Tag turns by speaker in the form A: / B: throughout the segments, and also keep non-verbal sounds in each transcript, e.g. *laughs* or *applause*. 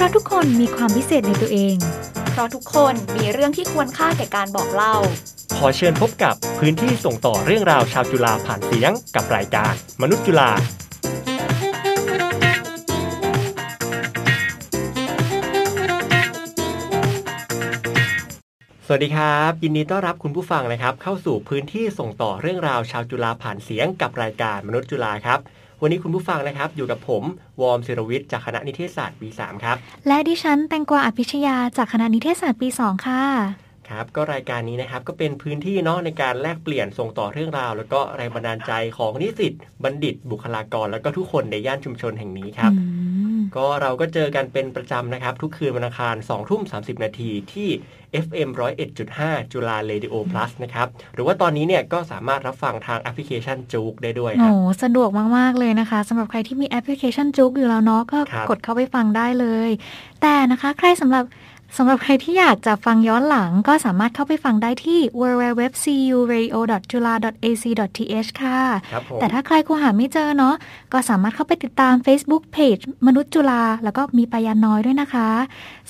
A: ราะทุกคนมีความพิเศษในตัวเอง
B: เพราะทุกคนมีเรื่องที่ควรค่าแก่การบอกเล่า
C: ขอเชิญพบกับพื้นที่ส่งต่อเรื่องราวชาวจุฬาผ่านเสียงกับรายการ มนุษย์จุฬา สวัสดีครับ ยินดีต้อนรับคุณผู้ฟังนะครับ เข้าสู่พื้นที่ส่งต่อเรื่องราวชาวจุฬาผ่านเสียงกับรายการมนุษย์จุฬาครับ วันนี้คุณผู้ฟังนะครับ อยู่กับผมวอร์มศิรวิทย์จากคณะนิเทศศาสตร์ปีสามครับ
A: และดิฉันแตงกวาอภิชยาจากคณะนิเทศศาสตร์ปี 2 ค่ะ
C: ครับก็รายการนี้นะครับก็เป็นพื้นที่เนาะในการแลกเปลี่ยนส่งต่อเรื่องราว แล้วก็แรงบันดาลใจของนิสิตบัณฑิต บุคลากร แล้วก็ทุกคนในย่านชุมชนแห่งนี้ครับ
A: อืม
C: ก็เราก็เจอกันเป็นประจำนะครับ ทุกคืนวันอังคาร2ทุ่ม 30 นาทีที่ FM 101.5 จุฬา Radio Plus นะครับ หรือว่าตอนนี้เนี่ยก็สามารถรับฟังทางแอปพลิเคชันจูกได้ด้วยค
A: โอ้
C: รับ
A: สะดวกมาก ๆ เลยนะคะสำหรับใครที่มีแอปพลิเคชันจุกอยู่แล้วเนาะก็
C: ครับ
A: กดเข้าไปฟังได้เลย แต่นะคะใครสำหรับสำหรับใครที่อยากจะฟังย้อนหลังก็สามารถเข้าไปฟังได้ที่ www.curadio.jula.ac.th ค่ะ
C: ครับผม
A: แต่ถ้าใครกูหาไม่เจอเนาะก็สามารถเข้าไปติดตาม Facebook Page มนุษย์จุฬาแล้วก็มีปายาน้อยด้วยนะคะ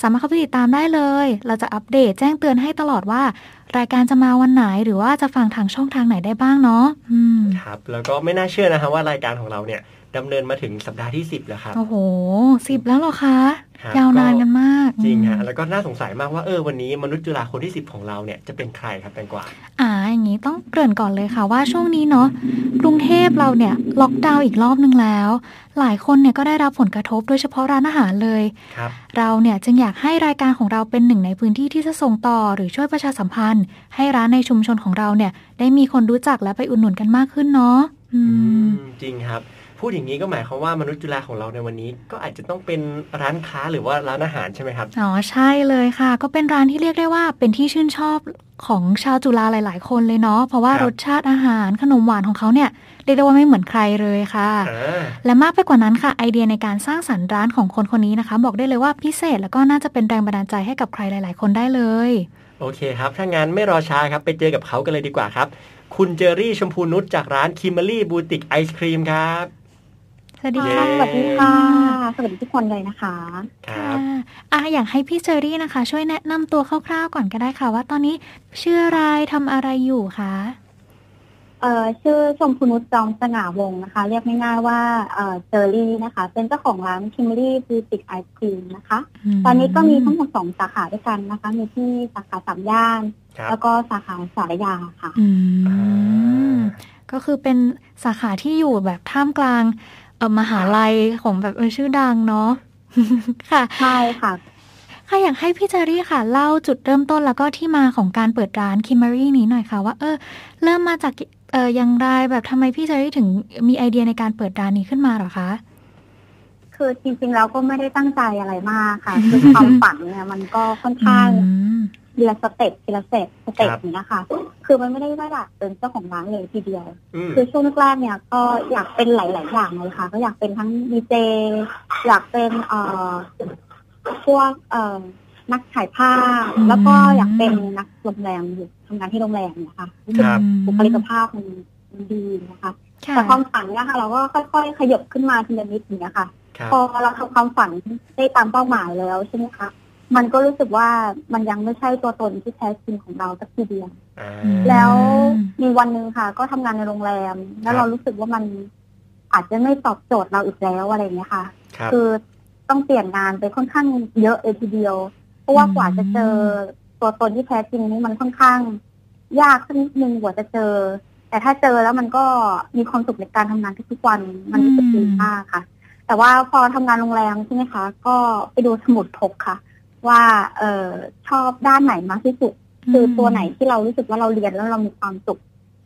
A: สามารถเข้าไปติดตามได้เลย เราจะอัปเดตแจ้งเตือนให้ตลอดว่า รายการจะมาวันไหนหรือว่าจะฟังทางช่องทางไหนได้บ้างเนาะอืม
C: ครับ แล้วก็ไม่น่าเชื่อนะฮะว่ารายการของเราเนี่ยดำเนินมาถึงสัปดาห์ที่ 10 แล้วครับ
A: โอ้โหสิบแล้วเหรอคะ
C: ครับ
A: ยาวนาน
C: ก็
A: กันมาก
C: จริง
A: อืม
C: ฮะแล้วก็น่าสงสัยมากว่าเออวันนี้มนุษย์จุฬาคนที่ 10 ของเราเนี่ยจะเป็นใครครับแตงกวา
A: อ่าอย่างนี้ต้องเกริ่นก่อนเลยค่ะว่าช่วงนี้เนาะกรุงเทพเราเนี่ยล็อกดาวน์อีกรอบนึงแล้ว หลายคนเนี่ยก็ได้รับผลกระทบโดยเฉพาะร้านอาหารเลย
C: ครับ
A: เราเนี่ยจึงอยากให้รายการของเราเป็นหนึ่งในพื้นที่ที่จะส่งต่อหรือช่วยประชาสัมพันธ์ ให้ร้านในชุมชนของเราเนี่ยได้มีคนรู้จักและไปอุดหนุนกันมากขึ้นเนาะอื
C: อื
A: ม
C: ม จริงครับ พูดอย่างนี้ก็หมายความว่ามนุษย์จุฬาของเราในวันนี้ ก็อาจจะต้องเป็นร้านค้าหรือว่าร้านอาหารใช่ไหมครับ
A: อ๋อใช่เลยค่ะ ก็เป็นร้านที่เรียกได้ว่าเป็นที่ชื่นชอบของชาวจุฬาหลาย ๆ คนเลยเนาะเพราะว่า
C: ครับ
A: รสชาติอาหารขนมหวานของเขาเนี่ยเรียกได้ว่าไม่เหมือนใครเลยค่ะ
C: อ่า
A: และมากไปกว่านั้นค่ะ ไอเดียในการสร้างสรรค์ร้านของคนคนนี้นะคะ บอกได้เลยว่าพิเศษแล้วก็น่าจะเป็นแรงบันดาลใจให้กับใครหลาย ๆ คนได้เลย
C: โอเคครับ ถ้างั้นไม่รอช้าครับ ไปเจอกับเขากันเลยดีกว่าครับ คุณเจอรี่ชมพูนุชจากร้านคิมเบอรี่บูติกไอศครีมครับ
A: สวัสดี
C: เย้
A: ค่ะ
C: สวั
D: สวั
C: สดีค่ะ
D: สดีค่ะ สวัสดีทุกคนเลยนะคะ
C: ครับ
A: ค่ะอ่ะอยากให้พี่เชอรี่นะคะ ช่วยแนะนำตัวคร่าว ๆ ก่อนก็ได้ค่ะ ว่าตอนนี้ชื่ออะไรทำอะไรอยู่คะ
D: เอ่อชื่อชมพูนุชจอมสง่าวงศ์นะคะ เรียกง่ายๆว่าเอ่อเจอรี่นะคะ เป็นเจ้าของร้านคิมเบอรี่บูติกไอศครีมนะคะ
A: ม
D: ตอนนี้ก็มีทั้งหมดสองสาขาด้วยกันนะคะ มีที่สาขาสามย่าน
C: ครับ
D: แล้วก็สาขาสารยาค่ะ
A: อื
C: อ่
A: มา ก็คือเป็นสาขาที่อยู่แบบท่ามกลางเอ่อมหาลัยของแบบเออชื่อดังเนาะ *laughs* ค่ะ
D: ใช่ค่ะ
A: ค่ะอยากให้พี่เจอรี่ค่ะ เล่าจุดเริ่มต้นแล้วก็ที่มาของการเปิดร้านคิมเบอรี่นี้หน่อยค่ะ ว่าเออเริ่มมาจากเอออย่างไรแบบทำไมพี่เจอรี่ถึงมีไอเดียในการเปิดร้านนี้ขึ้นมาเหรอคะ
D: คือจริงๆเราก็ไม่ได้ตั้งใจอะไรมากค่ะ คือความฝันเนี่ยมันก็ค่อนข้าง
A: อืม
D: ทีละสเต็ปทีละสเต็ปสเต็ป
C: ครับ
D: นี้ยค่ะ คือมันไม่ได้ว่าอยากเป็นเจ้าของร้านเลยทีเดียว
C: อืม
D: คือช่วงแรกๆเนี่ยก็อยากเป็นหลาย ๆ อย่างเลยค่ะ ก็อยากเป็นทั้งดีเจ อยากเป็นเอ่อพวกเอ่อนักถ่ายภาพ
A: อืม
D: แล้วก็อยากเป็นนักโรงแรมอยู่ทำงานที่โรงแรมนะคะรู้สึก
C: ครับ
D: บุคลิกภาพมันมันดีนะคะ
A: ค่ะ
D: แต่ความฝันเนี่ยค่ะ เราก็ค่อย ๆ ขยบขึ้นมาทีละนิดอย่างเงี้ยค่ะ
C: ครับ
D: พอเราทำความฝันได้ตามเป้าหมายแล้วใช่ไหมคะ มันก็รู้สึกว่ามันยังไม่ใช่ตัวตนที่แท้จริงของเราสักทีเดียว
C: อ่า
D: แล้วมีวันหนึ่งค่ะ ก็ทำงานในโรงแรม แล้วเรารู้สึกว่ามันอาจจะไม่ตอบโจทย์เราอีกแล้วอะไรอย่างเงี้ยค่ะ
C: ครับ
D: คือต้องเปลี่ยนงานไปค่อนข้างเยอะเลยทีเดียว เพราะว่ากว่าจะเจอตัวตนที่แท้จริงนี่มันค่อนข้าง ยากสักนิดนึงกว่าจะเจอ แต่ถ้าเจอแล้วมันก็มีความสุขในการทำงานทุกๆวันมันรู้สึกดีมากค่ะ แต่ว่าพอทำงานโรงแรมใช่ไหมคะ ก็ไปดูสมุดพกค่ะ ว่าเออชอบด้านไหนมากที่สุด คือตัวไหนที่เรารู้สึกว่าเราเรียนแล้วเรามีความสุข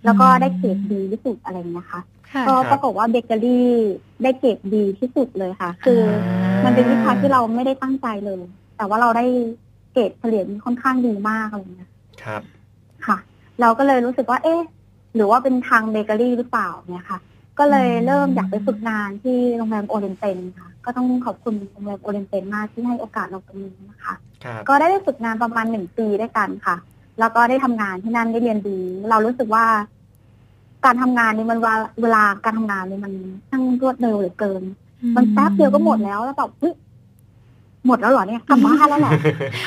D: แล้วก็ได้เกรดดีที่สุดอะไรอย่างเงี้ยค่ะ
A: ค่ะ
D: ก็
C: ครับ
D: ปรากฏว่าเบเกอรี่ได้เกรดดีที่สุดเลยค่ะ คือ
C: อ่ามั
D: มันเป็นวิชาที่เราไม่ได้ตั้งใจเลย แต่ว่าเราได้เกรดเฉลี่ยค่อนข้างดีมากอะไรอย่างเงี้ย
C: ครับ
D: ค่ะ เราก็เลยรู้สึกว่า เอ๊ะ หรือว่าเป็นทางเบเกอรี่หรือเปล่าเนี่ยค่ะ ก็เลยเริ่มอยากไปฝึกงานที่โรงแรมโอเรนเตนค่ะ ก็ต้องขอบคุณโรงแรมโอเรนเตนมากที่ให้โอกาสเราตรงนี้นะคะ
C: ครับ
D: ก็ได้ไปฝึกงานประมาณหนึ่งปีด้วยกันค่ะ แล้วก็ได้ทำงานที่นั่นได้เรียนดี เรารู้สึกว่า การทำงานนี่มันเวลาเวลาการทำงานนี่มันช่างรวดเร็วเหลือเกิน มันแป๊บเดียวก็หมดแล้วแล้วแบบเฮ้ย หมดแล้วเหรอเนี่ยกลับบ้านแล้วแหละ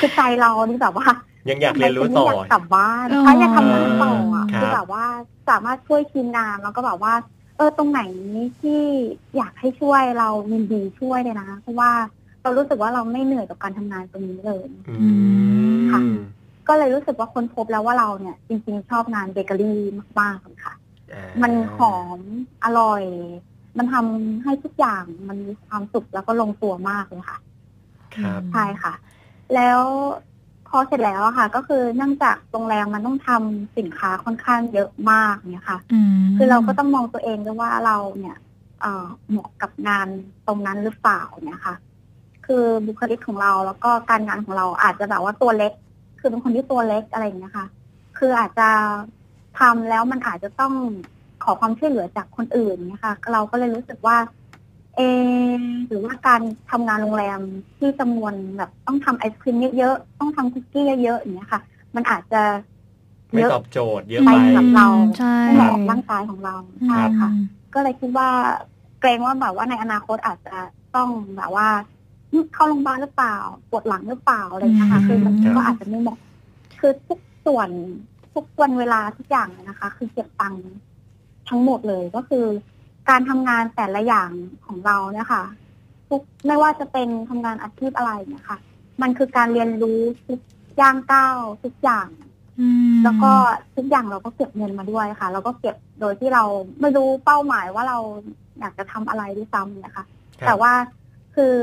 D: คือใจเรานี่แบบว่า
C: ยังอยากเรียนรู้ต่อ
D: ไม่อยากกลับบ้าน
A: อ๋อ
D: เขาอยากทำงานต่ออ่ะ
C: ครับ
D: คือแบบว่าสามารถช่วยทีมงานแล้วก็แบบว่า เออตรงไหนที่อยากให้ช่วยเรายินดีช่วยเลยนะเพราะว่าเรารู้สึกว่าเราไม่เหนื่อยกับการทำงานตรงนี้เลย
C: อื
D: ค่ะ
C: ม
D: ก็เลยรู้สึกว่าคนพบแล้วว่าเราเนี่ย จริงๆชอบงานเบเกอรี่มากๆค่ะ
C: อ่า
D: มันหอมอร่อย มันทำให้ทุกอย่างมันมีความสุขแล้วก็ลงตัวมากเลยค่ะ
C: ครับ
D: ใช่ค่ะ แล้วพอเสร็จแล้วอะค่ะ ก็คือเนื่องจากโรงแรมมันต้องทำสินค้าค่อนข้างเยอะมากเนี่ยค่ะ
A: อืม
D: คือเราก็ต้องมองตัวเองด้วยว่าเราเนี่ยเอ่อเหมาะกับงานตรงนั้นหรือเปล่าเนี่ยค่ะ คือบุคลิกของเราแล้วก็การงานของเราอาจจะแบบว่าตัวเล็ก คือเป็นคนที่ตัวเล็กอะไรอย่างเงี้ยค่ะ คืออาจจะทำแล้วมันอาจจะต้องขอความช่วยเหลือจากคนอื่นเนี่ยค่ะ เราก็เลยรู้สึกว่า เออหรือว่าการทำงานโรงแรมที่จำนวนแบบต้องทำไอศครีมเยอะๆต้องทำคุกกี้เยอะๆอย่างเงี้ยค่ะ มันอาจจะ
C: ไม่
D: เยอะ
C: ตอบโจทย์เยอะ
D: ไป
C: ไป
D: กับเรา
A: ใช่
D: ไม่เหมาะกับร่างกายของเราใช่ค่ะ ก็เลยคิดว่าเกรงว่าแบบว่าในอนาคตอาจจะต้องแบบว่าอืมเข้าโรงพยาบาลหรือเปล่า ปวดหลังหรือเปล่าอะไรอย่างเงี้ยค่ะคือมัน
C: ครับ
D: ก็อาจจะไม่เหมาะคือทุกส่วนทุกวันเวลาทุกอย่างเลยนะคะ คือเก็บตังค์ทั้งหมดเลยก็คือ การทำงานแต่ละอย่างของเราเนี่ยค่ะ ทุกไม่ว่าจะเป็นทำงานอาชีพอะไรเนี่ยค่ะ มันคือการเรียนรู้ทุกย่างก้าวทุกอย่าง
A: อืม
D: แล้วก็ทุกอย่างเราก็เก็บเงินมาด้วยค่ะ เราก็เก็บโดยที่เราไม่รู้เป้าหมายว่าเราอยากจะทำอะไรด้วยซ้ำนะ
C: ค
D: คะ
C: รับ
D: แต่ว่าคือ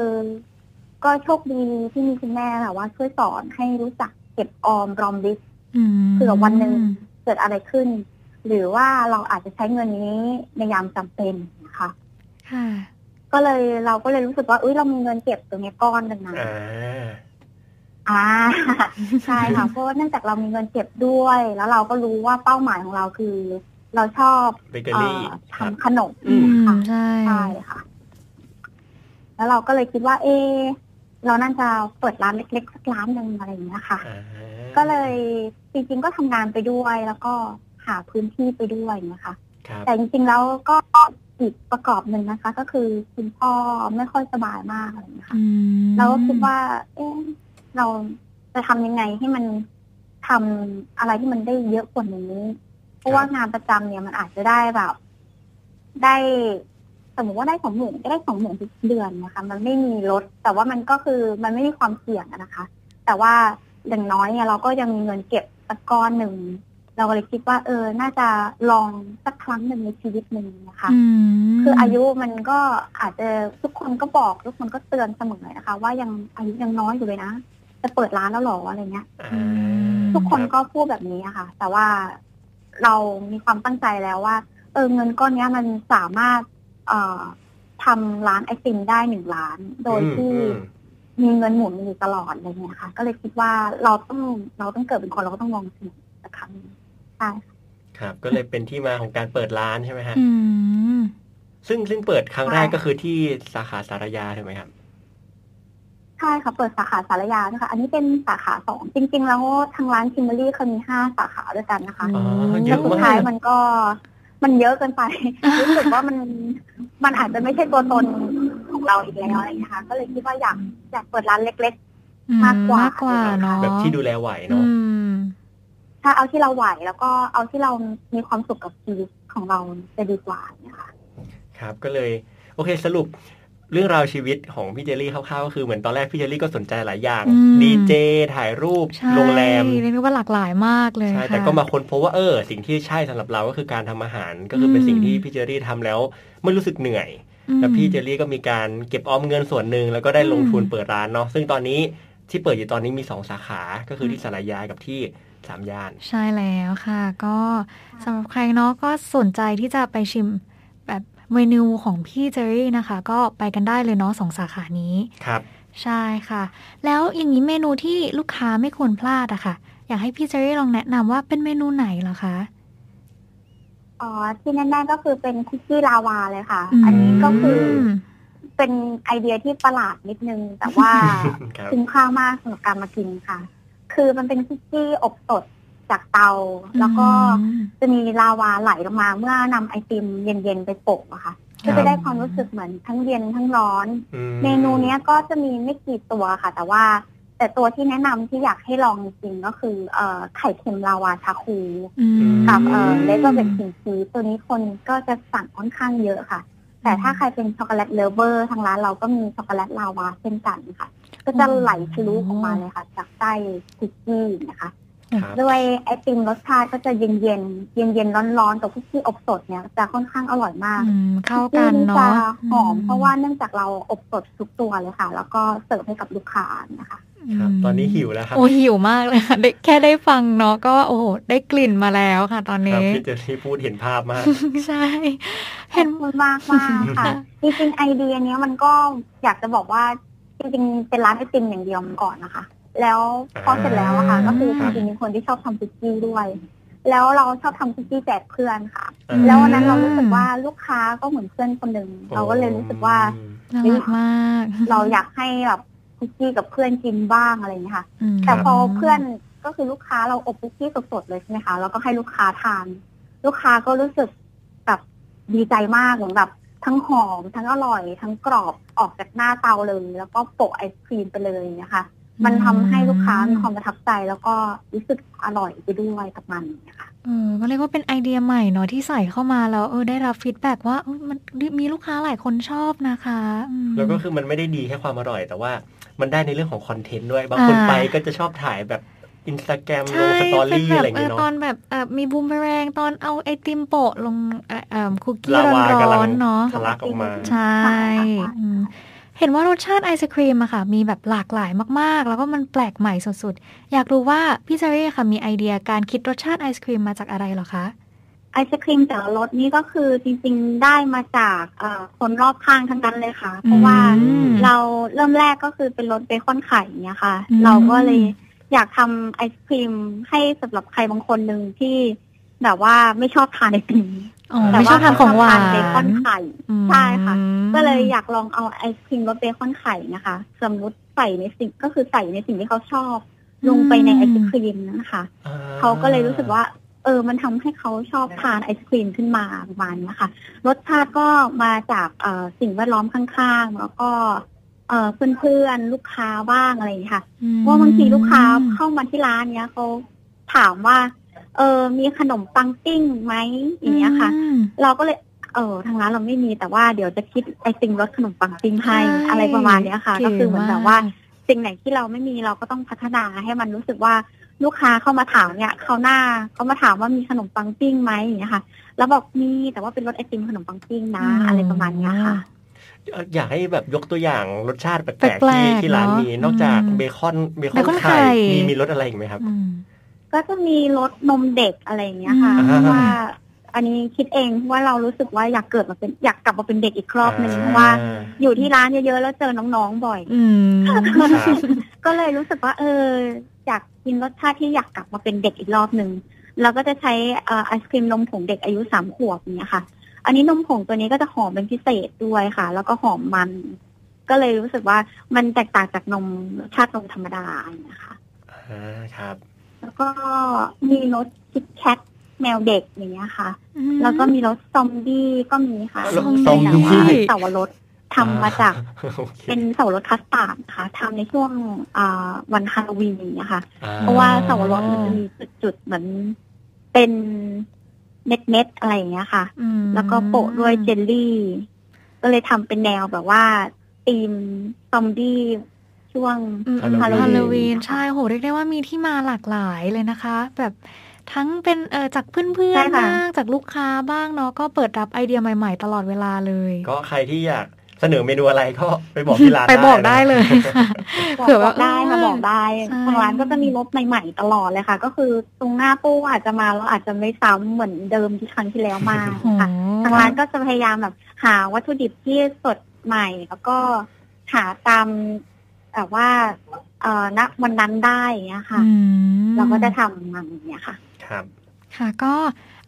D: ก็โชคดีที่มีคุณแม่แบบว่าช่วยสอนให้รู้จักเก็บออมรอมริบ
A: ม
D: เผื่อวันหนึ่ง เกิดอะไรขึ้น หรือว่าเราอาจจะใช้เงินนี้ในยามจำเป็นนะคะ
A: ค่ะ
D: ก็เลยเราก็เลยรู้สึกว่าเอ้ยเรามีเงินเก็บตรงเนี้ยก้อนหนึ่งนะ
C: อ่า
D: อ่า *laughs* ใช่ค่ะ เพราะว่าเนื่องจากเรามีเงินเก็บด้วย แล้วเราก็รู้ว่าเป้าหมายของเราคือ เราชอบ
C: เบเกอรี่
D: เอ่อ
C: ครับ
D: ทำขนม
C: อืม
A: อื
D: ค่ะ
A: มใช่
D: ใช่ค่ะ แล้วเราก็เลยคิดว่า เอะเราน่าจะเปิดร้านเล็กๆสักร้านหนึ่งอะไรอย่างเงี้ยค่ะ
C: อ่า
D: ก็เลยจริงๆก็ทำงานไปด้วยแล้วก็หาพื้นที่ไปด้วยนะคะ
C: ครับ
D: แต่จริงๆแล้วก็อีกประกอบหนึ่งนะคะ ก็คือคุณพ่อไม่ค่อยสบายมากอะไรอย่างเงี้ยค่ะ
A: อืม
D: เราก็คิดว่า เอ๊ะเราจะทำยังไงให้มันทำอะไรที่มันได้เยอะกว่านี้ เพราะว่างานประจำเนี่ยมันอาจจะได้แบบ ได้สมมติว่าได้สองหมื่นก็ได้สองหมื่นทุกเดือนนะคะ มันไม่มีลดแต่ว่ามันก็คือมันไม่มีความเสี่ยงอะนะคะ แต่ว่าอย่างน้อยเนี่ยเราก็ยังมีเงินเก็บสักก้อนหนึ่ง เราก็เลยคิดว่า เออ น่าจะลองสักครั้งหนึ่งในชีวิตหนึ่งนะคะ
A: อืม
D: คืออายุมันก็อาจจะทุกคนก็บอกทุกคนก็เตือนเสมอนะคะ ว่ายังอายุยังน้อยอยู่เลยนะจะเปิดร้านแล้วหรออะไรเงี้ย
C: อ่า
D: ทุกคน
C: รับ
D: ก็พูดแบบนี้อะค่ะ แต่ว่าเรามีความตั้งใจแล้วว่า เออเงินก้อนเนี้ยมันสามารถ เอ่อทำร้านไอติมได้หนึ่งร้าน โดยที่
C: อืม
D: มีเงินหมุนอยู่ตลอดอะไรเงี้ยค่ะ ก็เลยคิดว่าเราต้องเราต้องเกิดเป็นคนเราก็ต้องลองเสี่ยงสักครั้งใช่ค่ะ
C: ครับ ก็เลยเป็นที่มาของการเปิดร้านใช่ไหมฮะ
A: อืม
C: ซึ่งซึ่งเปิดครั้ง
D: ใช่
C: แรกก็คือที่สาขาสารยาถูกไหมครับ
D: ใช่ค่ะ เปิดสาขาสารยานะคะ อันนี้เป็นสาขาสองจริง ๆ แล้วทางร้านคิมเบอรี่เคยมีห้าสาขาด้วยกันนะคะ
C: อ๋อ
A: ม
C: เยอะ
D: แต่สุด
C: มาก
D: ท้ายมันก็มันเยอะเกินไป รู้สึกว่ามันมันอาจจะไม่ใช่ตัวตนของเราอีกแล้วอะไรนะคะ ก็เลยคิดว่าอยากอยากเปิดร้านเล็ก มากกว่า
A: อืมกกว่าเนาะ
C: แบบที่ดูแลไหว
A: อื
C: เนาะ
A: ม
D: ๆ ถ้าเอาที่เราไหวแล้วก็เอาที่เรามีความสุขกับชีวิตของเราจะดีกว่าเนี่ยค่ะ
C: ครับ ก็เลย โอเคสรุป เรื่องราวชีวิตของพี่เจลลี่คร่าวๆก็คือเหมือนตอนแรกพี่เจลลี่ก็สนใจหลายอย่าง
A: อืม
C: ดีเจถ่ายรูป
A: ใช่
C: โรงแรม
A: เรียกได้ว่าหลากหลายมากเลย
C: ใช่
A: ค่ะ
C: แต่ก็มาค้นพบว่าเออ สิ่งที่ใช่สำหรับเราก็คือการทำอาหาร ก็คือเป็น
A: อืม
C: สิ่งที่พี่เจอรี่ทำแล้วไม่รู้สึกเหนื่อย
A: อืม
C: แล้วพี่เจอรี่ก็มีการเก็บออมเงินส่วนหนึ่งแล้วก็ได้ลงทุน
A: อืม
C: เปิดร้านเนาะซึ่งตอนนี้ที่เปิดอยู่ตอนนี้มีสองสาขา ก็คืออ
A: ม
C: ที่สารยากับที่สามย่าน
A: ใช่แล้วค่ะ ก็สำหรับใครเนาะก็สนใจที่จะไปชิมแบบเมนูของพี่เจอรี่นะคะ ก็ไปกันได้เลยเนาะสองสาขานี้
C: ครับ
A: ใช่ค่ะ แล้วอย่างนี้เมนูที่ลูกค้าไม่ควรพลาดอะค่ะ อยากให้พี่เจอรี่ลองแนะนำว่าเป็นเมนูไหนเหรอคะ
D: อ๋อที่แน่ๆก็คือเป็นคุกกี้ลาวาเลยค่ะ
A: ม
D: อันนี้ก็คืออ
C: ม
D: เป็นไอเดียที่ประหลาดนิดนึง แต่ว่า
C: ครับ
D: คุ้มค่ามากสำหรับการมากินค่ะ คือมันเป็นคุกกี้อบสดจากเตา แล้วก็
A: อืม
D: จะมีลาวาไหลลงมาเมื่อนำไอติมเย็นๆไปโปะอะค่ะ ก็จะได้ความรู้สึกเหมือนทั้งเย็นทั้งร้อน
C: อื
D: เมนูเนี้ยก็จะมีไม่กี่ตัวค่ะ แต่ว่า แต่ตัวที่แนะนำที่อยากให้ลองจริงๆก็คือเอ่อไข่เค็มลาวาชาคู
A: อืม
D: กับเอ่อเลเวอร์เบนซินชีตัวนี้คนก็จะสั่งค่อนข้างเยอะค่ะ แต่ถ้าใครเป็นช็อกโกแลตเลเวอร์ทางร้านเราก็มีช็อกโกแลตลาวาเช่นกันค่ะ ก็จะไหลทะลุออกมาเลยค่ะ จากใต้คุกกี้นะคะ
C: ครับ
D: ด้วยไอติมรสชาติก็จะเย็นเย็นเย็นเย็นๆร้อนๆกับคุกกี้อบสดเนี่ยจะค่อนข้างอร่อยมาก
A: อืมเข้ากันเนาะ
D: จหอมเพราะว่าเนื่องจากเราอบสดทุกตัวเลยค่ะ แล้วก็เสิร์ฟให้กับลูกค้านะคะ
C: ครับ ตอนนี้หิวแล้วครับ
A: โอ้หิวมากเลยค่ะได้แค่ได้ฟังเนาะก็โอ้โหได้กลิ่นมาแล้วค่ะ ตอน
C: ครับ
A: นี้
C: พี่เจอรี่พูดเห็นภาพมาก
A: ใช่ เห็น
D: ขอบคุณมากมากค่ะ จริงๆไอเดียเนี้ยมันก็อยากจะบอกว่าจริงๆเป็นร้านไอติมอย่างเดียวมาก่อนนะคะ แล้วพอเสร็จแล้วอะค่ะ ก็คือจริงๆมีคนที่ชอบทำคุกกี้ด้วย แล้วเราชอบทำคุกกี้แจกเพื่อนค่ะ
C: อืม
D: แล้ววันนั้นเรารู้สึกว่าลูกค้าก็เหมือนเพื่อนคนหนึ่งเราก็เลยรู้สึกว่า
C: อืม
A: น่ารักมาก
D: เราอยากให้แบบคุกกี้กับเพื่อนกินบ้างอะไรอย่างเงี้ยค่ะ
A: อืม
D: แต่พอเพื่อนก็คือลูกค้าเราอบคุกกี้สดๆเลยใช่ไหมคะแล้วก็ให้ลูกค้าทาน ลูกค้าก็รู้สึกแบบดีใจมากเหมือนแบบทั้งหอมทั้งอร่อย ทั้งกรอบออกจากหน้าเตาเลย แล้วก็โปะไอศครีมไปเลยนะคะ มันทำให้ลูกค้ามีความประทับใจแล้วก็รู้สึกอร่อยไปด้วยกับมันนะคะ
A: เออก็เรียกว่าเป็นไอเดียใหม่เนาะที่ใส่เข้ามาแล้วเออได้รับฟีดแบ็กว่าเออมันมีลูกค้าหลายคนชอบนะคะอืม
C: แล้วก็คือมันไม่ได้ดีแค่ความอร่อย แต่ว่ามันได้ในเรื่องของคอนเทนต์ด้วย บางคน
A: อ่า
C: ไปก็จะชอบถ่ายแบบอินสตาแกรมล
A: ใช่
C: งสตอ
A: เป็น
C: รี่
A: แบ
C: อะ
A: บ
C: ไรอย่าง
A: เอ
C: เงี้
A: อย ตอ
C: เนาะ
A: นแบบเออมีบูมเบอแรงตอนเอาไอติมโปะลงเอ่อเอิ่มคุกกี้
C: ลาวา
A: ร้
C: กำลั
A: อน
C: ง
A: ๆเนาะ
C: ทะลักออกมา
A: ใช่อืมเห็นว่ารสชาติไอศครีมอะค่ะ มีแบบหลากหลายมากๆ แล้วก็มันแปลกใหม่สุดๆ อยากรู้ว่าพี่เจอรี่ค่ะมีไอเดียการคิดรสชาติไอศครีมมาจากอะไรเหรอคะ
D: ไอศครีมแต่ละรสนี่ก็คือจริงๆได้มาจากเอ่อคนรอบข้างทั้งนั้นเลยค่ะ เพราะว่า
A: อืม
D: เราเริ่มแรกก็คือเป็นรสเบคอนไข่อย่างเนี่ยค่ะ
A: อืม
D: เราก็เลยอยากทำไอศครีมให้สำหรับใครบางคนหนึ่งที่แบบว่าไม่ชอบทานไอศครีม
A: อ๋อ
D: แต่
A: ไม่ชอบทานของหวาน
D: เบคอนไข่
A: อืม
D: ใช่ค่ะ ก็เลยอยากลองเอาไอศครีมรสเบคอนไข่นะคะ สมมติใส่ในสิ่งก็คือใส่ในสิ่งที่เขาชอบ ลงไปในไอศครีมนั้นนะคะ
C: อ่
D: เขาก็เลยรู้สึกว่า เออ มันทำให้เขาชอบทานไอศครีมขึ้นมาประมาณเนี้ยค่ะรสชาติก็มาจากเอ่อสิ่งแวดล้อมข้างๆ แล้วก็เอ่อเพื่อนๆ ลูกค้าบ้างอะไรอย่างเงี้ยค่ะ
A: อืม
D: เพราะว่าบางทีลูกค้าเข้ามาที่ร้านเนี้ยเขาถามว่า เออมีขนมปังปิ้งไหมอย่างเงี้ยค่ะ เราก็เลย เออทางร้านเราไม่มีแต่ว่าเดี๋ยวจะคิดไอติมรสขนมปังปิ้งให้
A: ใช่
D: อะไรประมาณเนี้ยค่ะ
A: เก๋
D: ก็คือเหมือนแบบว่า
A: มาก
D: สิ่งไหนที่เราไม่มีเราก็ต้องพัฒนาให้มันรู้สึกว่าลูกค้าเข้ามาถามเนี่ยเขาวหน้าเขามาถามว่ามีขนมปังปิ้งไหมอย่างเงี้ยค่ะ แล้วบอกมีแต่ว่าเป็นรสไอติมขนมปังปิ้งนะ อะไรประมาณเนี้ยค่ะ
C: อยากให้แบบยกตัวอย่างรสชาติแปลก
A: แปล
C: ๆที่
A: กๆ
C: ที่ร้าน
A: เนอะ
C: มีนอกจาก
A: อืม
C: เบคอนเบค
A: เบค
C: อ
A: อนนไข่
C: ไข่มีมีรสอะไรอีกไหมครับ
A: อืม
D: ก็จะมีรสนมเด็กอะไรอย่างเงี้ยค่ะ
A: อืม
D: เพราะว่า อันนี้คิดเองเพราะว่าเรารู้สึกว่าอยากเกิดมาเป็นอยากกลับมาเป็นเด็กอีกรอบหนึ่งเพราะว่าอยู่ที่ร้านเยอะๆแล้วเจอน้องๆบ่อย
A: อืม
C: ครับ
D: ก็เลยรู้สึกว่า เออ อยากกินรสชาติที่อยากกลับมาเป็นเด็กอีกรอบหนึ่งเราก็จะใช้เอ่อไอศครีมนมผงเด็กอายุสามขวบเนี่ยค่ะ อันนี้นมผงตัวนี้ก็จะหอมเป็นพิเศษด้วยค่ะ แล้วก็หอมมัน ก็เลยรู้สึกว่ามันแตกต่างจากนมรสชาตินมธรรมดานะคะ
C: อ่าครับ
D: แล้วก็มีรสคิดแคทแมวเด็กอย่างเงี้ยค่ะ แล้วก็มีรสซอมบี้ก็มีค่ะ
C: รสซอมบี้
D: แต่ว่ารสทำมาจาก
C: โอค
D: เป็นเสาวรสคัสตาร์ดนะคะทำในช่วงอ่าวันฮาโลวีนอย่างเงี้ยค่ะ
C: อ่
D: เพราะว่าเสาวรสมันจะมีจุดๆเหมือนเป็นเม็ดๆอะไรอย่างเงี้ยค่ะ
A: อืม
D: แล้วก็โปะด้วยเจลลี่ ก็เลยทำเป็นแนวแบบว่าธีมซอมบี้ช่วง
A: อืม
D: ฮาโลวีน
A: ฮาโลวีนใช่โหเรียกได้ว่ามีที่มาหลากหลายเลยนะคะ แบบทั้งเป็นเออจากเพื่อน
D: ใช่
A: ๆ
D: ค่ะ
A: บ้างจากลูกค้าบ้างเนาะก็เปิดรับไอเดียใหม่ๆ ตลอดเวลาเลย
C: ก็ใครที่อยากเสนอเมนูอะไรก็ไปบอกที่ร้าน
A: ไปบอกได้เลย
C: นะ
A: ค่ะ
D: บอ
A: เผื่อก ว่า
D: ได้มาบอกได้
A: ใช่
D: ทางร้านก็จะมีรสใหม่ๆตลอดเลยค่ะ ก็คือตรงหน้าปูอาจจะมาแล้วอาจจะไม่ซ้ำเหมือนเดิมที่ครั้งที่แล้วมา
A: โอ้
D: ค่ะ
A: โห
D: ทางร้านก็จะพยายามแบบหาวัตถุดิบที่สดใหม่ แล้วก็หาตามแบบว่า เอ่อณวันนั้นได้อย่างเงี้ยค่ะ
A: อืม
D: เราก็จะทำมันอย่างเงี้ยค่ะ
C: ครับ
A: ค่ะก็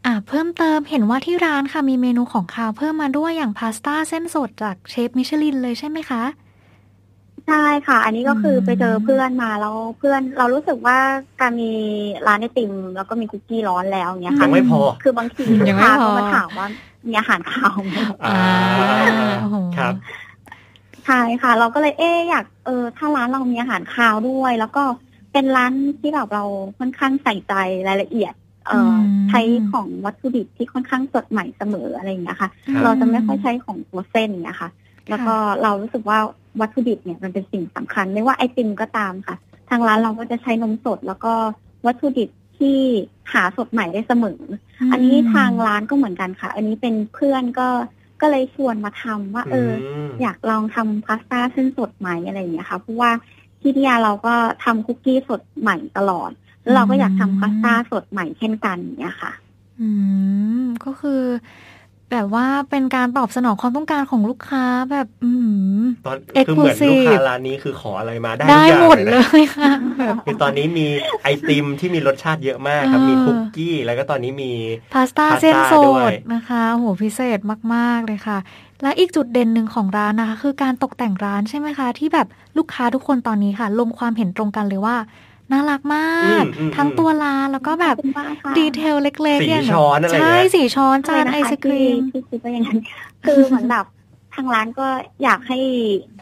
A: อ่าเพิ่มเติมเห็นว่าที่ร้านค่ะมีเมนูของคาวเพิ่มมาด้วยอย่างพาสต้าเส้นสดจากเชฟมิชลินเลยใช่ไหมคะ
D: ใ ใช่ค่ะ อันนี้ก็คืออ
A: ม
D: ไปเจอเพื่อนมาแล้วเพื่อนเรารู้สึกว่าการมีร้านไอติมแล้วก็มีคุกกี้ร้อนแล้วเนี้ย
C: ยั
D: ค่ะ
C: งไม่พอ
D: คือบางที
A: ยังไม่พ
D: ลูกค้า
A: อ
D: ก็มาถามว่ามีอาหารข้าวไหม
C: อ่า
A: โอ้โห
C: ครับ
D: ใช่ค่ะ เราก็เลยเอ๊ะอยากเออถ้าร้านเรามีอาหารข้าวด้วย แล้วก็เป็นร้านที่แบบเราค่อนข้างใส่ใจรายละเอียด เอออ
A: ม
D: ใช้ของวัตถุดิบที่ค่อนข้างสดใหม่เสมออะไรอย่างเงี้ยค่ะ
C: ครับ
D: เราจะไม่ค่อยใช้ของตัวเส้นนะคะ แล้วก็เรารู้สึกว่าวัตถุดิบเนี่ยมันเป็นสิ่งสำคัญ ไม่ว่าไอติมก็ตามค่ะ ทางร้านเราก็จะใช้นมสด แล้วก็วัตถุดิบที่หาสดใหม่ได้เสมอ อันนี้ทางร้านก็เหมือนกันค่ะ อันนี้เป็นเพื่อนก็ก็เลยชวนมาทำว่า เออ
C: ม
D: อยากลองทำพาสต้าเส้นสดไหมอะไรอย่างเงี้ยค่ะเพราะว่าที่พิยาเราก็ทำคุกกี้สดใหม่ตลอด แล้วเราก็อยากทำพาสต้าสดใหม่เช่นกันอย่างเนี่ยค่ะ
A: อืมก็คือ แบบว่าเป็นการตอบสนองความต้องการของลูกค้าแบบอืม
C: ตอน
A: Exclusive
C: คือเหมือนลูกค้าร้านนี้คือขออะไรมาได้
A: ได้
C: ทุกอย่าง
A: หมด
C: นะ
A: เลยค่ะแบบ
C: คือตอนนี้มีไอติมที่มีรสชาติเยอะมากครับ
A: อ่ามี
C: มีคุกกี้ แล้วก็ตอนนี้มี
A: พาสต้า
C: พาสต้า
A: เส้นส
C: ด้ว
A: ด
C: ย
A: นะคะโอ้โหพิเศษมาก ๆ เลยค่ะ และอีกจุดเด่นหนึ่งของร้านนะคะ คือการตกแต่งร้านใช่ไหมคะ ที่แบบลูกค้าทุกคนตอนนี้ค่ะ ลงความเห็นตรงกันเลยว่า น่ารักมาก
C: อืมอืม
A: ทั้ง
C: อืม
A: ตัวร้านแล้วก็แบบ
D: ขอบคุณมากค่ะ
A: ดีเทลเล็กๆ
C: สี
A: เนี่ย
C: ช้อนอะไรอย่างเงี้ย
A: ใช่สีช้อนจานไอศกรีม
D: ที่คิดว่าอย่างนั้น คือเหมือนแบบทางร้านก็อยากให้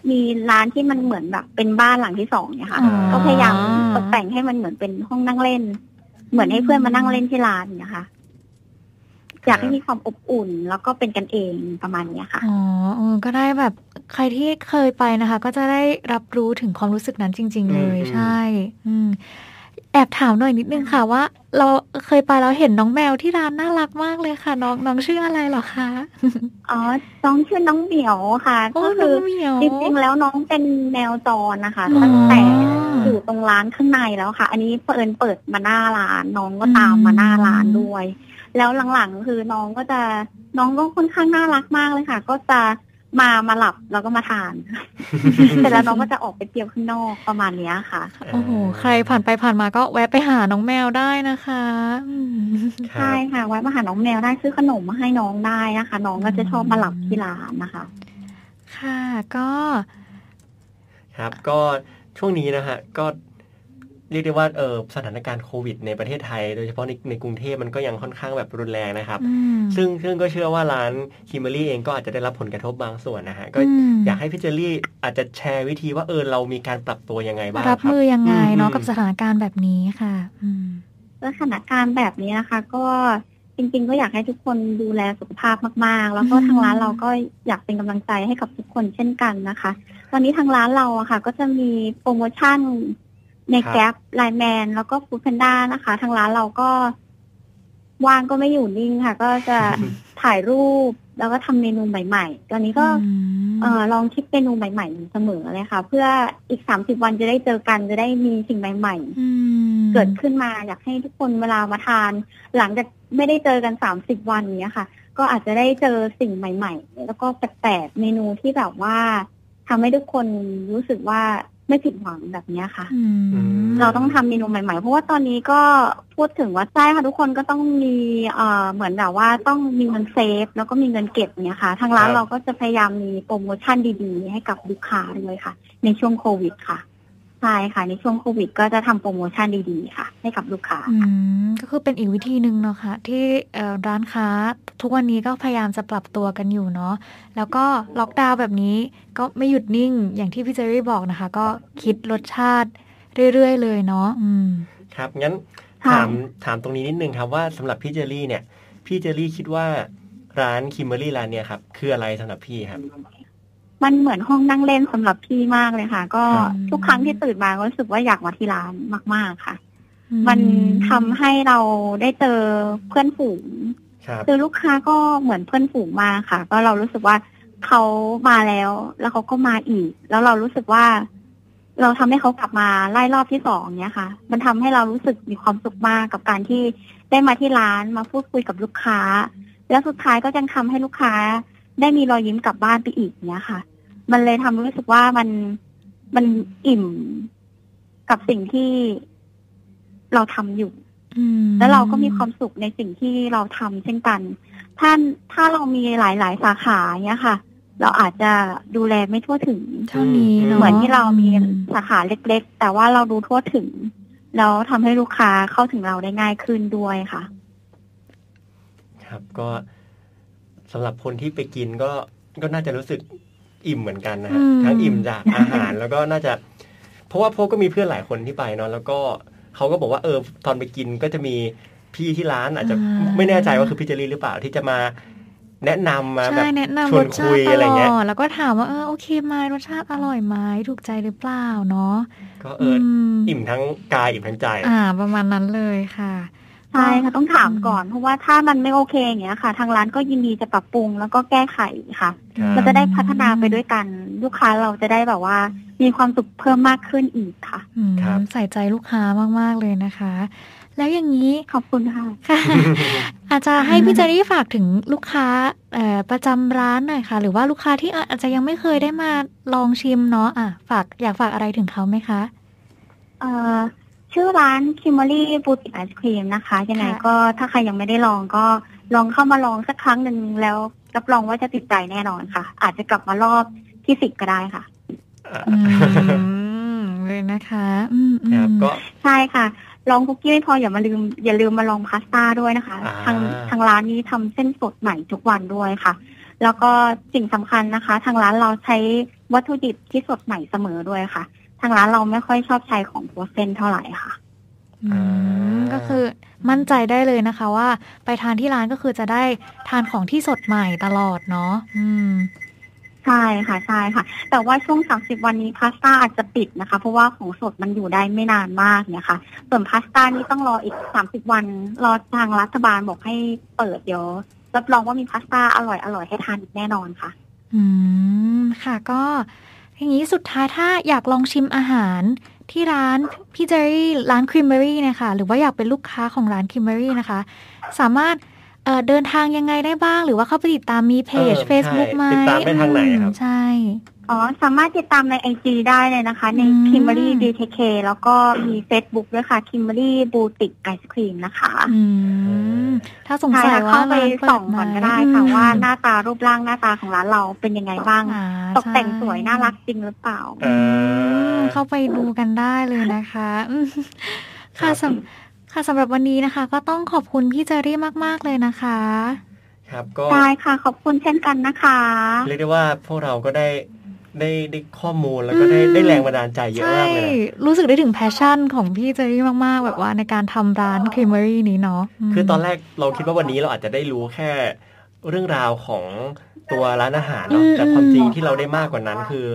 D: มีร้านที่มันเหมือนแบบเป็นบ้านหลังที่สองเนี่ยค่ะ
A: อ๋อ
D: ก็พยายามตกแต่งให้มันเหมือนเป็นห้องนั่งเล่น เหมือนให้เพื่อนมานั่งเล่นที่ร้านเนี่ยค่ะ อยากให้มีความอบอุ่นแล้วก็เป็นกันเองประมาณเนี้ยค่ะ
A: อ๋อเออก็ได้แบบใครที่เคยไปนะคะ ก็จะได้รับรู้ถึงความรู้สึกนั้นจริง ๆ เลย
C: อืม
A: ใช่ อืมแอบถามหน่อยนิดนึงค่ะว่า เราเคยไปแล้วเห็นน้องแมวที่ร้านน่ารักมากเลยค่ะ น้องน้องชื่ออะไรเหรอคะ
D: อ๋อน้องชื่อน้องเหมียวค่ะ
A: โอ้
D: ก็
A: น้
D: คือ อง
A: เหมียว
D: จริงๆแล้วน้องเป็นแมวจรนะคะ
A: อ๋อ
D: ตั้งแต่อยู่ตรงร้านข้างในแล้วค่ะ อันนี้เปิดเปิดมาหน้าร้านน้องก็ตามมาหน้าร้านด้วย แล้วหลังๆคือน้องก็จะน้องก็ค่อนข้างน่ารักมากเลยค่ะ ก็จะมามาหลับแล้วก็มาทาน
A: *laughs*
D: แต่แล้วน้องก็จะออกไปเที่ยวข้างนอกประมาณเนี้ยค่ะ
A: โอ้โหใครผ่านไปผ่านมาก็แวะไปหาน้องแมวได้นะคะอืม
C: ครั
D: ใช่
C: บ
D: ค่ะ ไว้มาหาน้องแมวได้ซื้อขนมมาให้น้องได้นะคะ น้องก็จะชอบมาหลับที่ร้านนะคะ
A: ค่ะก็
C: ครับก็ช่วงนี้นะฮะก็เรียกได้ว่าเออสถานการณ์โควิด ในประเทศไทย โดยเฉพาะในในกรุงเทพมันก็ยังค่อนข้างแบบรุนแรงนะครับ
A: อืม
C: ซึ่งซึ่งก็เชื่อว่าร้านคิมเบอรี่เองก็อาจจะได้รับผลกระทบบางส่วนนะฮะก็
A: ม
C: อยากให้พี่เจอรี่อาจจะแชร์วิธีว่าเออเรามีการปรับตัวยังไงบ้างค
A: รั
C: รั
A: บบ มือยังไงเนาะ
C: อืม
A: กับสถานการณ์แบบนี้ค่ะ อืม
D: สถานการณ์แบบนี้นะคะ ก็จริงๆ ก็อยากให้ทุกคนดูแลสุขภาพมากๆ แล้วก็
A: อืม
D: ทางร้านเราก็อยากเป็นกำลังใจให้กับทุกคนเช่นกันนะคะ ตอนนี้ทางร้านเราอะค่ะ ก็จะมีโปรโมชั่นใน
C: ครับ
D: แกร็บไลแมนแล้วก็ฟูดแพนด้านะคะ ทางร้านเราก็ว่างก็ไม่อยู่นิ่งค่ะ ก็จะถ่ายรูปแล้วก็ทำเมนูใหม่ ๆ ตอนนี้ก็
A: อืม
D: เออลองคิดเมนูใหม่ๆอยู่เสมอเลยค่ะ เพื่ออีกสามสิบวันจะได้เจอกันจะได้มีสิ่งใหม่ ๆ
A: อืม
D: เกิดขึ้นมาอยากให้ทุกคนเวลามาทาน หลังจากไม่ได้เจอกันสามสิบวันเนี้ยค่ะ ก็อาจจะได้เจอสิ่งใหม่ ๆ แล้วก็แปลกๆเมนูที่แบบว่าทำให้ทุกคนรู้สึกว่าไม่ผิดหวังแบบเนี้ยค่ะ
A: อืม
D: เราต้องทำเมนูใหม่ๆ เพราะว่าตอนนี้ก็พูดถึงว่าใช่ค่ะทุกคนก็ต้องมีเอ่อเหมือนแบบว่าต้องมีเงินเซฟ แล้วก็มีเงินเก็บเนี่ยค่ะ ทางร้าน
C: ครับ
D: เราก็จะพยายามมีโปรโมชั่นดีๆ ให้กับลูกค้าด้วยค่ะ ในช่วงโควิดค่ะใช่ค่ะ ในช่วงโควิด ก็จะทำโปรโมชั่นดีๆ ค่ะ ให้กับลูกค้า
A: อืม ก็คือเป็นอีกวิธีหนึ่งเนาะค่ะที่เอ่อร้านค้าทุกวันนี้ก็พยายามจะปรับตัวกันอยู่เนาะแล้วก็ล็อกดาวน์แบบนี้ก็ไม่หยุดนิ่งอย่างที่พี่เจอรี่บอกนะคะ ก็คิดรสชาติเรื่อยๆเลยเนาะอืม
C: ครับงั้น
D: ค่ะ
C: ถามถามตรงนี้นิดนึงครับว่าสำหรับพี่เจอรี่เนี่ย พี่เจอรี่คิดว่าร้านคิมเบอรี่ร้านเนี่ยครับคืออะไรสำหรับพี่ครับ
D: มันเหมือนห้องนั่งเล่นสำหรับพี่มากเลยค่ะ ก็
A: ครับ
D: ทุกครั้งที่ตื่นมาก็รู้สึกว่าอยากมาที่ร้านมาก ๆค่ะ มันทำให้เราได้เจอเพื่อนฝูง
C: ครับ
D: คือลูกค้าก็เหมือนเพื่อนฝูงมาค่ะ ก็เรารู้สึกว่าเขามาแล้ว แล้วเขาก็มาอีก แล้วเรารู้สึกว่า เราทำให้เขากลับมาไล่รอบที่สองเนี้ยค่ะ มันทำให้เรารู้สึกมีความสุขมากกับการที่ได้มาที่ร้านมาพูดคุยกับลูกค้า แล้วสุดท้ายก็ยังทำให้ลูกค้า ได้มีรอยยิ้มกลับบ้านไปอีกเนี้ยค่ะ มันเลยทำให้รู้สึกว่ามันมันอิ่มกับสิ่งที่เราทำอยู่
A: อืม
D: แล้วเราก็มีความสุขในสิ่งที่เราทำเช่นกัน ถ้าถ้าเรามีหลาย ๆ สาขาเนี้ยค่ะ เราอาจจะดูแลไม่ทั่วถึง
A: เท่านี้เนาะ
D: เหมือนที่เรามี
A: อื
D: สาขาเล็กๆ แต่ว่าเราดูทั่วถึง แล้วทำให้ลูกค้าเข้าถึงเราได้ง่ายขึ้นด้วยค่ะ
C: ครับก็สำหรับคนที่ไปกินก็ก็น่าจะรู้สึกอิ่มเหมือนกันนะฮะทั้งอิ่มจากอาหาร *laughs* แล้วก็น่าจะ เพราะว่าพวกก็มีเพื่อนหลายคนที่ไปเนาะแล้วก็เขาก็บอกว่าเออตอนไปกินก็จะมีพี่ที่ร้านอาจจะไม่แน่ใจว่าคือพี่เจอรี่หรือเปล่าที่จะมาแนะนำมาแบ
A: ใช่
C: บ
A: แนะนำ
C: ช
A: ร
C: วน
A: ส
C: คุ
A: ชาติ
C: ยอะไร
A: ต
C: เงี้ย
A: ลอดแล้วก็ถามว่าเออโอเคไหมรสชาติอร่อยไหมถูกใจหรือเปล่าเนาะ
C: ก็เออออิ่มทั้งกายอิ่มทั้งใจ
A: อ่า ประมาณนั้นเลยค่ะ
D: ใช่ค่ะต้องถามก่อน เพราะว่าถ้ามันไม่โอเคอย่างเงี้ยค่ะ ทางร้านก็ยินดีจะปรับปรุงแล้วก็แก้ไขค่ะ
C: ครับ
D: เราจะได้พัฒนาไปด้วยกัน ลูกค้าเราจะได้แบบว่า มีความสุขเพิ่มมากขึ้นอีกค่ะ
A: อืม
C: ครับ
A: ใส่ใจลูกค้ามาก ๆ เลยนะคะ แล้วอย่างนี้
D: ขอบคุณค่ะ
C: *laughs*
A: ค่ะ อาจจะให้พี่เจอรี่ฝากถึงลูกค้าเอ่อประจำร้านหน่อยค่ะ หรือว่าลูกค้าที่อาอาจจะยังไม่เคยได้มาลองชิมเนาะอ่ะฝากอยากฝากอะไรถึงเขาไหมคะ
D: เอ่อชื่อร้าน Kimberly Boutique Ice Cream นะคะ ยังไง
A: ค่ะ
D: ก็ถ้าใครยังไม่ได้ลองก็ลองเข้ามาลองสักครั้งหนึ่งแล้วรับรองว่าจะติดใจแน่นอนค่ะ อาจจะกลับมารอบที่สิบก็ได้ค่ะ
C: อ่า
A: อืมเลยนะคะอืมอืม
C: *laughs* ครับก็
D: ใช่ค่ะ ลองคุกกี้ไม่พออย่ามาลืม อย่าลืมมาลองพาสต้าด้วยนะคะ
C: อ่า
D: ทางทางร้านนี้ทำเส้นสดใหม่ทุกวันด้วยค่ะ แล้วก็สิ่งสำคัญนะคะ ทางร้านเราใช้วัตถุดิบที่สดใหม่เสมอด้วยค่ะ ทางร้านเราไม่ค่อยชอบใช้ของโพสเซนเท่าไหร่ค่ะ
A: อืมก็คือมั่นใจได้เลยนะคะ ว่าไปทานที่ร้านก็คือจะได้ทานของที่สดใหม่ตลอดเนาะอืม
D: ใช่ค่ะใช่ค่ะ แต่ว่าช่วง 30 วันนี้พาสต้าอาจจะปิดนะคะ เพราะว่าของสดมันอยู่ได้ไม่นานมากเนี่ยค่ะ ส่วนพาสต้านี่ต้องรออีก 30 วัน รอทางรัฐบาลบอกให้เปิดเดี๋ยวรับรองว่ามีพาสต้าอร่อยอร่อยให้ทานอีกแน่นอนค่ะ
A: อืม ค่ะก็อย่างนี้สุดท้ายถ้าอยากลองชิมอาหารที่ร้านพี่เจอรี่ร้านครีมเบอรี่นะคะหรือว่าอยากเป็นลูกค้าของร้านครีมเบอรี่นะคะ สามารถเอ่อเดินทางยังไงได้บ้าง หรือว่าเข้าไปติดตามมีเพจ
C: เออใช่
A: Facebook ไหม
C: ติดตามได้ทางไหนครับ
A: อืมใช่
D: อ๋อ สามารถติดตามในไอจได้เลยนะคะ ใน
A: อืม
D: Kimberly DTK แล้วก็มี Facebook ด้วยค่ะ Kimberly Boutique Ice Cream นะคะ
A: อืม ถ้าสง
D: ใช่
A: สัย
D: ค่ะ
A: ว่า
D: เข้าไป
A: ร้านเด
D: ส่องก่อน
A: หม
D: ก็ได้ค่ะ ว่าห
A: อ
D: น้าตารูปร่างหน้าตาของร้านเราเป็นยังไงบ้าง
A: ืมอ่า
D: ตกแต่ง
A: ใช่
D: สวยน่ารักจริงหรือเปล่า
C: เอ่อ
A: เข้าไปดูกันได้เลย
C: *laughs*
A: นะคะอืม
C: ครั
A: ค่ะ
C: บ
A: สำค่ะสำหรับวันนี้นะคะ ก็ต้องขอบคุณพี่เจอรี่มาก ๆ เลยนะคะ
C: ครับก็
D: ได้ค่ะ ขอบคุณเช่นกันนะคะ
C: เรียกได้ว่าพวกเราก็ได้ได้ได้ข้อมูลแล้วก็ได้
A: อืม
C: ได้แรงบันดาลใจเยอะ
A: ใช่
C: มากเลยนะ
A: รู้สึกได้ถึงแพชชั่นของพี่เจอรี่มาก ๆ แบบว่าในการทำร้านครีมเมอรี่นี้เนาะม
C: คือตอนแรกเราคิดว่าวันนี้เราอาจจะได้รู้แค่เรื่องราวของตัวร้านอาหารเนาะ
A: อืม
C: แต่ความจริง
A: อืม
C: ที่เราได้มากกว่านั้นคือ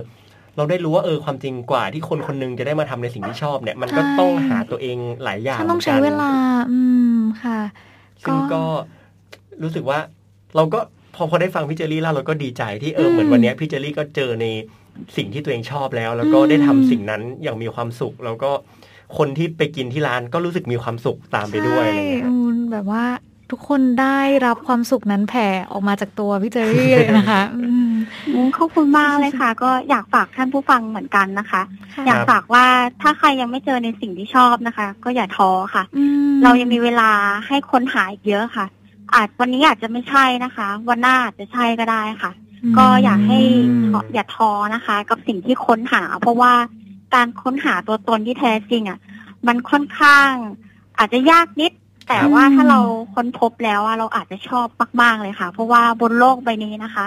C: เราได้รู้ว่าเออความจริงกว่าที่คนคนหนึงจะได้มาทำในสิ่งที่ชอบเนี่ย มันก็ต้องหาตัวเองหลายอย่าง
A: ถ้าต้องใช้เวลา อืมค่ะ
C: ซึ่งก็รู้สึกว่า เราก็พอพอได้ฟังพี่เจอรี่เล่าเราก็ดีใจที่เออเหมือน
A: อืม
C: วันเนี้ยพี่เจอรี่ก็เจอในสิ่งที่ตัวเองชอบแล้ว แล้วก็ได้ทำ
A: อืม
C: สิ่งนั้นอย่างมีความสุข แล้วก็คนที่ไปกินที่ร้านก็รู้สึกมีความสุขตามไปด้วยอะไร
A: ใช่
C: อย่างเงี้ย
A: อืมแบบว่าทุกคนได้รับความสุขนั้นแผ่ออกมาจากตัวพี่เจอรี่เลยนะคะ
C: *laughs*
A: อืม
D: อืมขอบคุณมากเลยค่ะ ก็อยากฝากท่านผู้ฟังเหมือนกันนะคะ
A: ค่ะ
D: อยาก
C: ครับ
D: ฝากว่าถ้าใครยังไม่เจอในสิ่งที่ชอบนะคะ ก็อย่าท้อค่ะ
A: อืม
D: เรายังมีเวลาให้ค้นหาอีกเยอะค่ะ อาจวันนี้อาจจะไม่ใช่นะคะ วันหน้าอาจจะใช่ก็ได้ค่ะ ก็อยากให้ท้ออย่าท้อนะคะ กับสิ่งที่ค้นหา เพราะว่าการค้นหาตัวตนที่แท้จริงอ่ะ มันค่อนข้าง อาจจะยากนิด แต่
A: ครับ
D: ว่าถ้า
A: อืม
D: เราค้นพบแล้วอะเราอาจจะชอบมากๆเลยค่ะ เพราะว่าบนโลกใบนี้นะคะ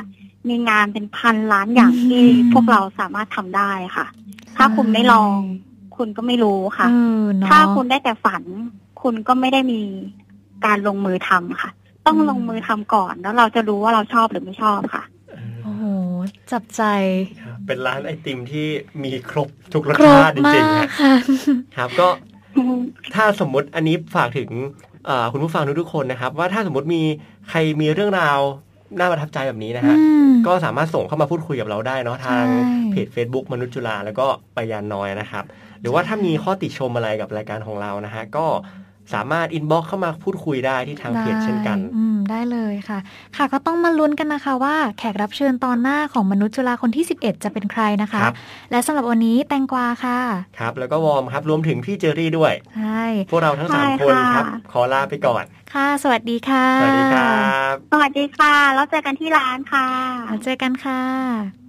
D: มีงานเป็นพันล้านอย่างที่พวกเราสามารถทำได้ค่ะ ถ้าคุณไม่ลอง คุณก็ไม่รู้ค่ะ
A: เออเนอะ
D: ถ้าคุณได้แต่ฝัน คุณก็ไม่ได้มีการลงมือทำค่ะ ต้อง
A: อืม
D: ลงมือทำก่อน แล้วเราจะรู้ว่าเราชอบหรือไม่ชอบค่ะ
A: โอ้โห จับใจ
C: ครับเป็นร้านไอติมที่มีครบทุกรส
A: ครบ
C: ชาติจ
A: มา
C: ริง
A: ก
C: ๆฮะ
A: ค่ะ
C: ครับก็ ถ้าสมมติอันนี้ฝากถึงเอ่อคุณผู้ฟังทุกๆคนนะครับ ว่าถ้าสมมติมีใครมีเรื่องราวน่าประทับใจแบบนี้นะฮะ
A: อืม
C: ก็สามารถส่งเข้ามาพูดคุยกับเราได้เนาะทาง
A: ใช่
C: เพจ Facebook มนุษย์จุฬาแล้วก็ไปยานน้อยนะครับ หรือว่าถ้ามีข้อติชมอะไรกับรายการของเรานะฮะ ก็สามารถอินบ็อกเข้ามาพูดคุยได้ที่ทางเพจเช่นกัน
A: ได้อืมได้เลยค่ะ ค่ะก็ต้องมาลุ้นกันนะคะว่าแขกรับเชิญตอนหน้าของมนุษย์จุฬาคนที่ 11 จะเป็นใครนะคะ
C: ครับ
A: และสำหรับวันนี้แตงกวาค่ะ
C: ครับแล้วก็วอร์มครับรวมถึงพี่เจอรี่ด้วย
A: ใช่
C: พวกเราทั้งสาม
D: ใช่
C: คน
D: ค่ะ
C: ครับ ขอลาไปก่อน
A: ค ค่ะ สวัสดีค่ะ
C: สวัสดีครับ
D: สวัสดีค่ะ แล้วเจอกันที่ร้านค่ะ
A: แล้วเจอกันค่ะ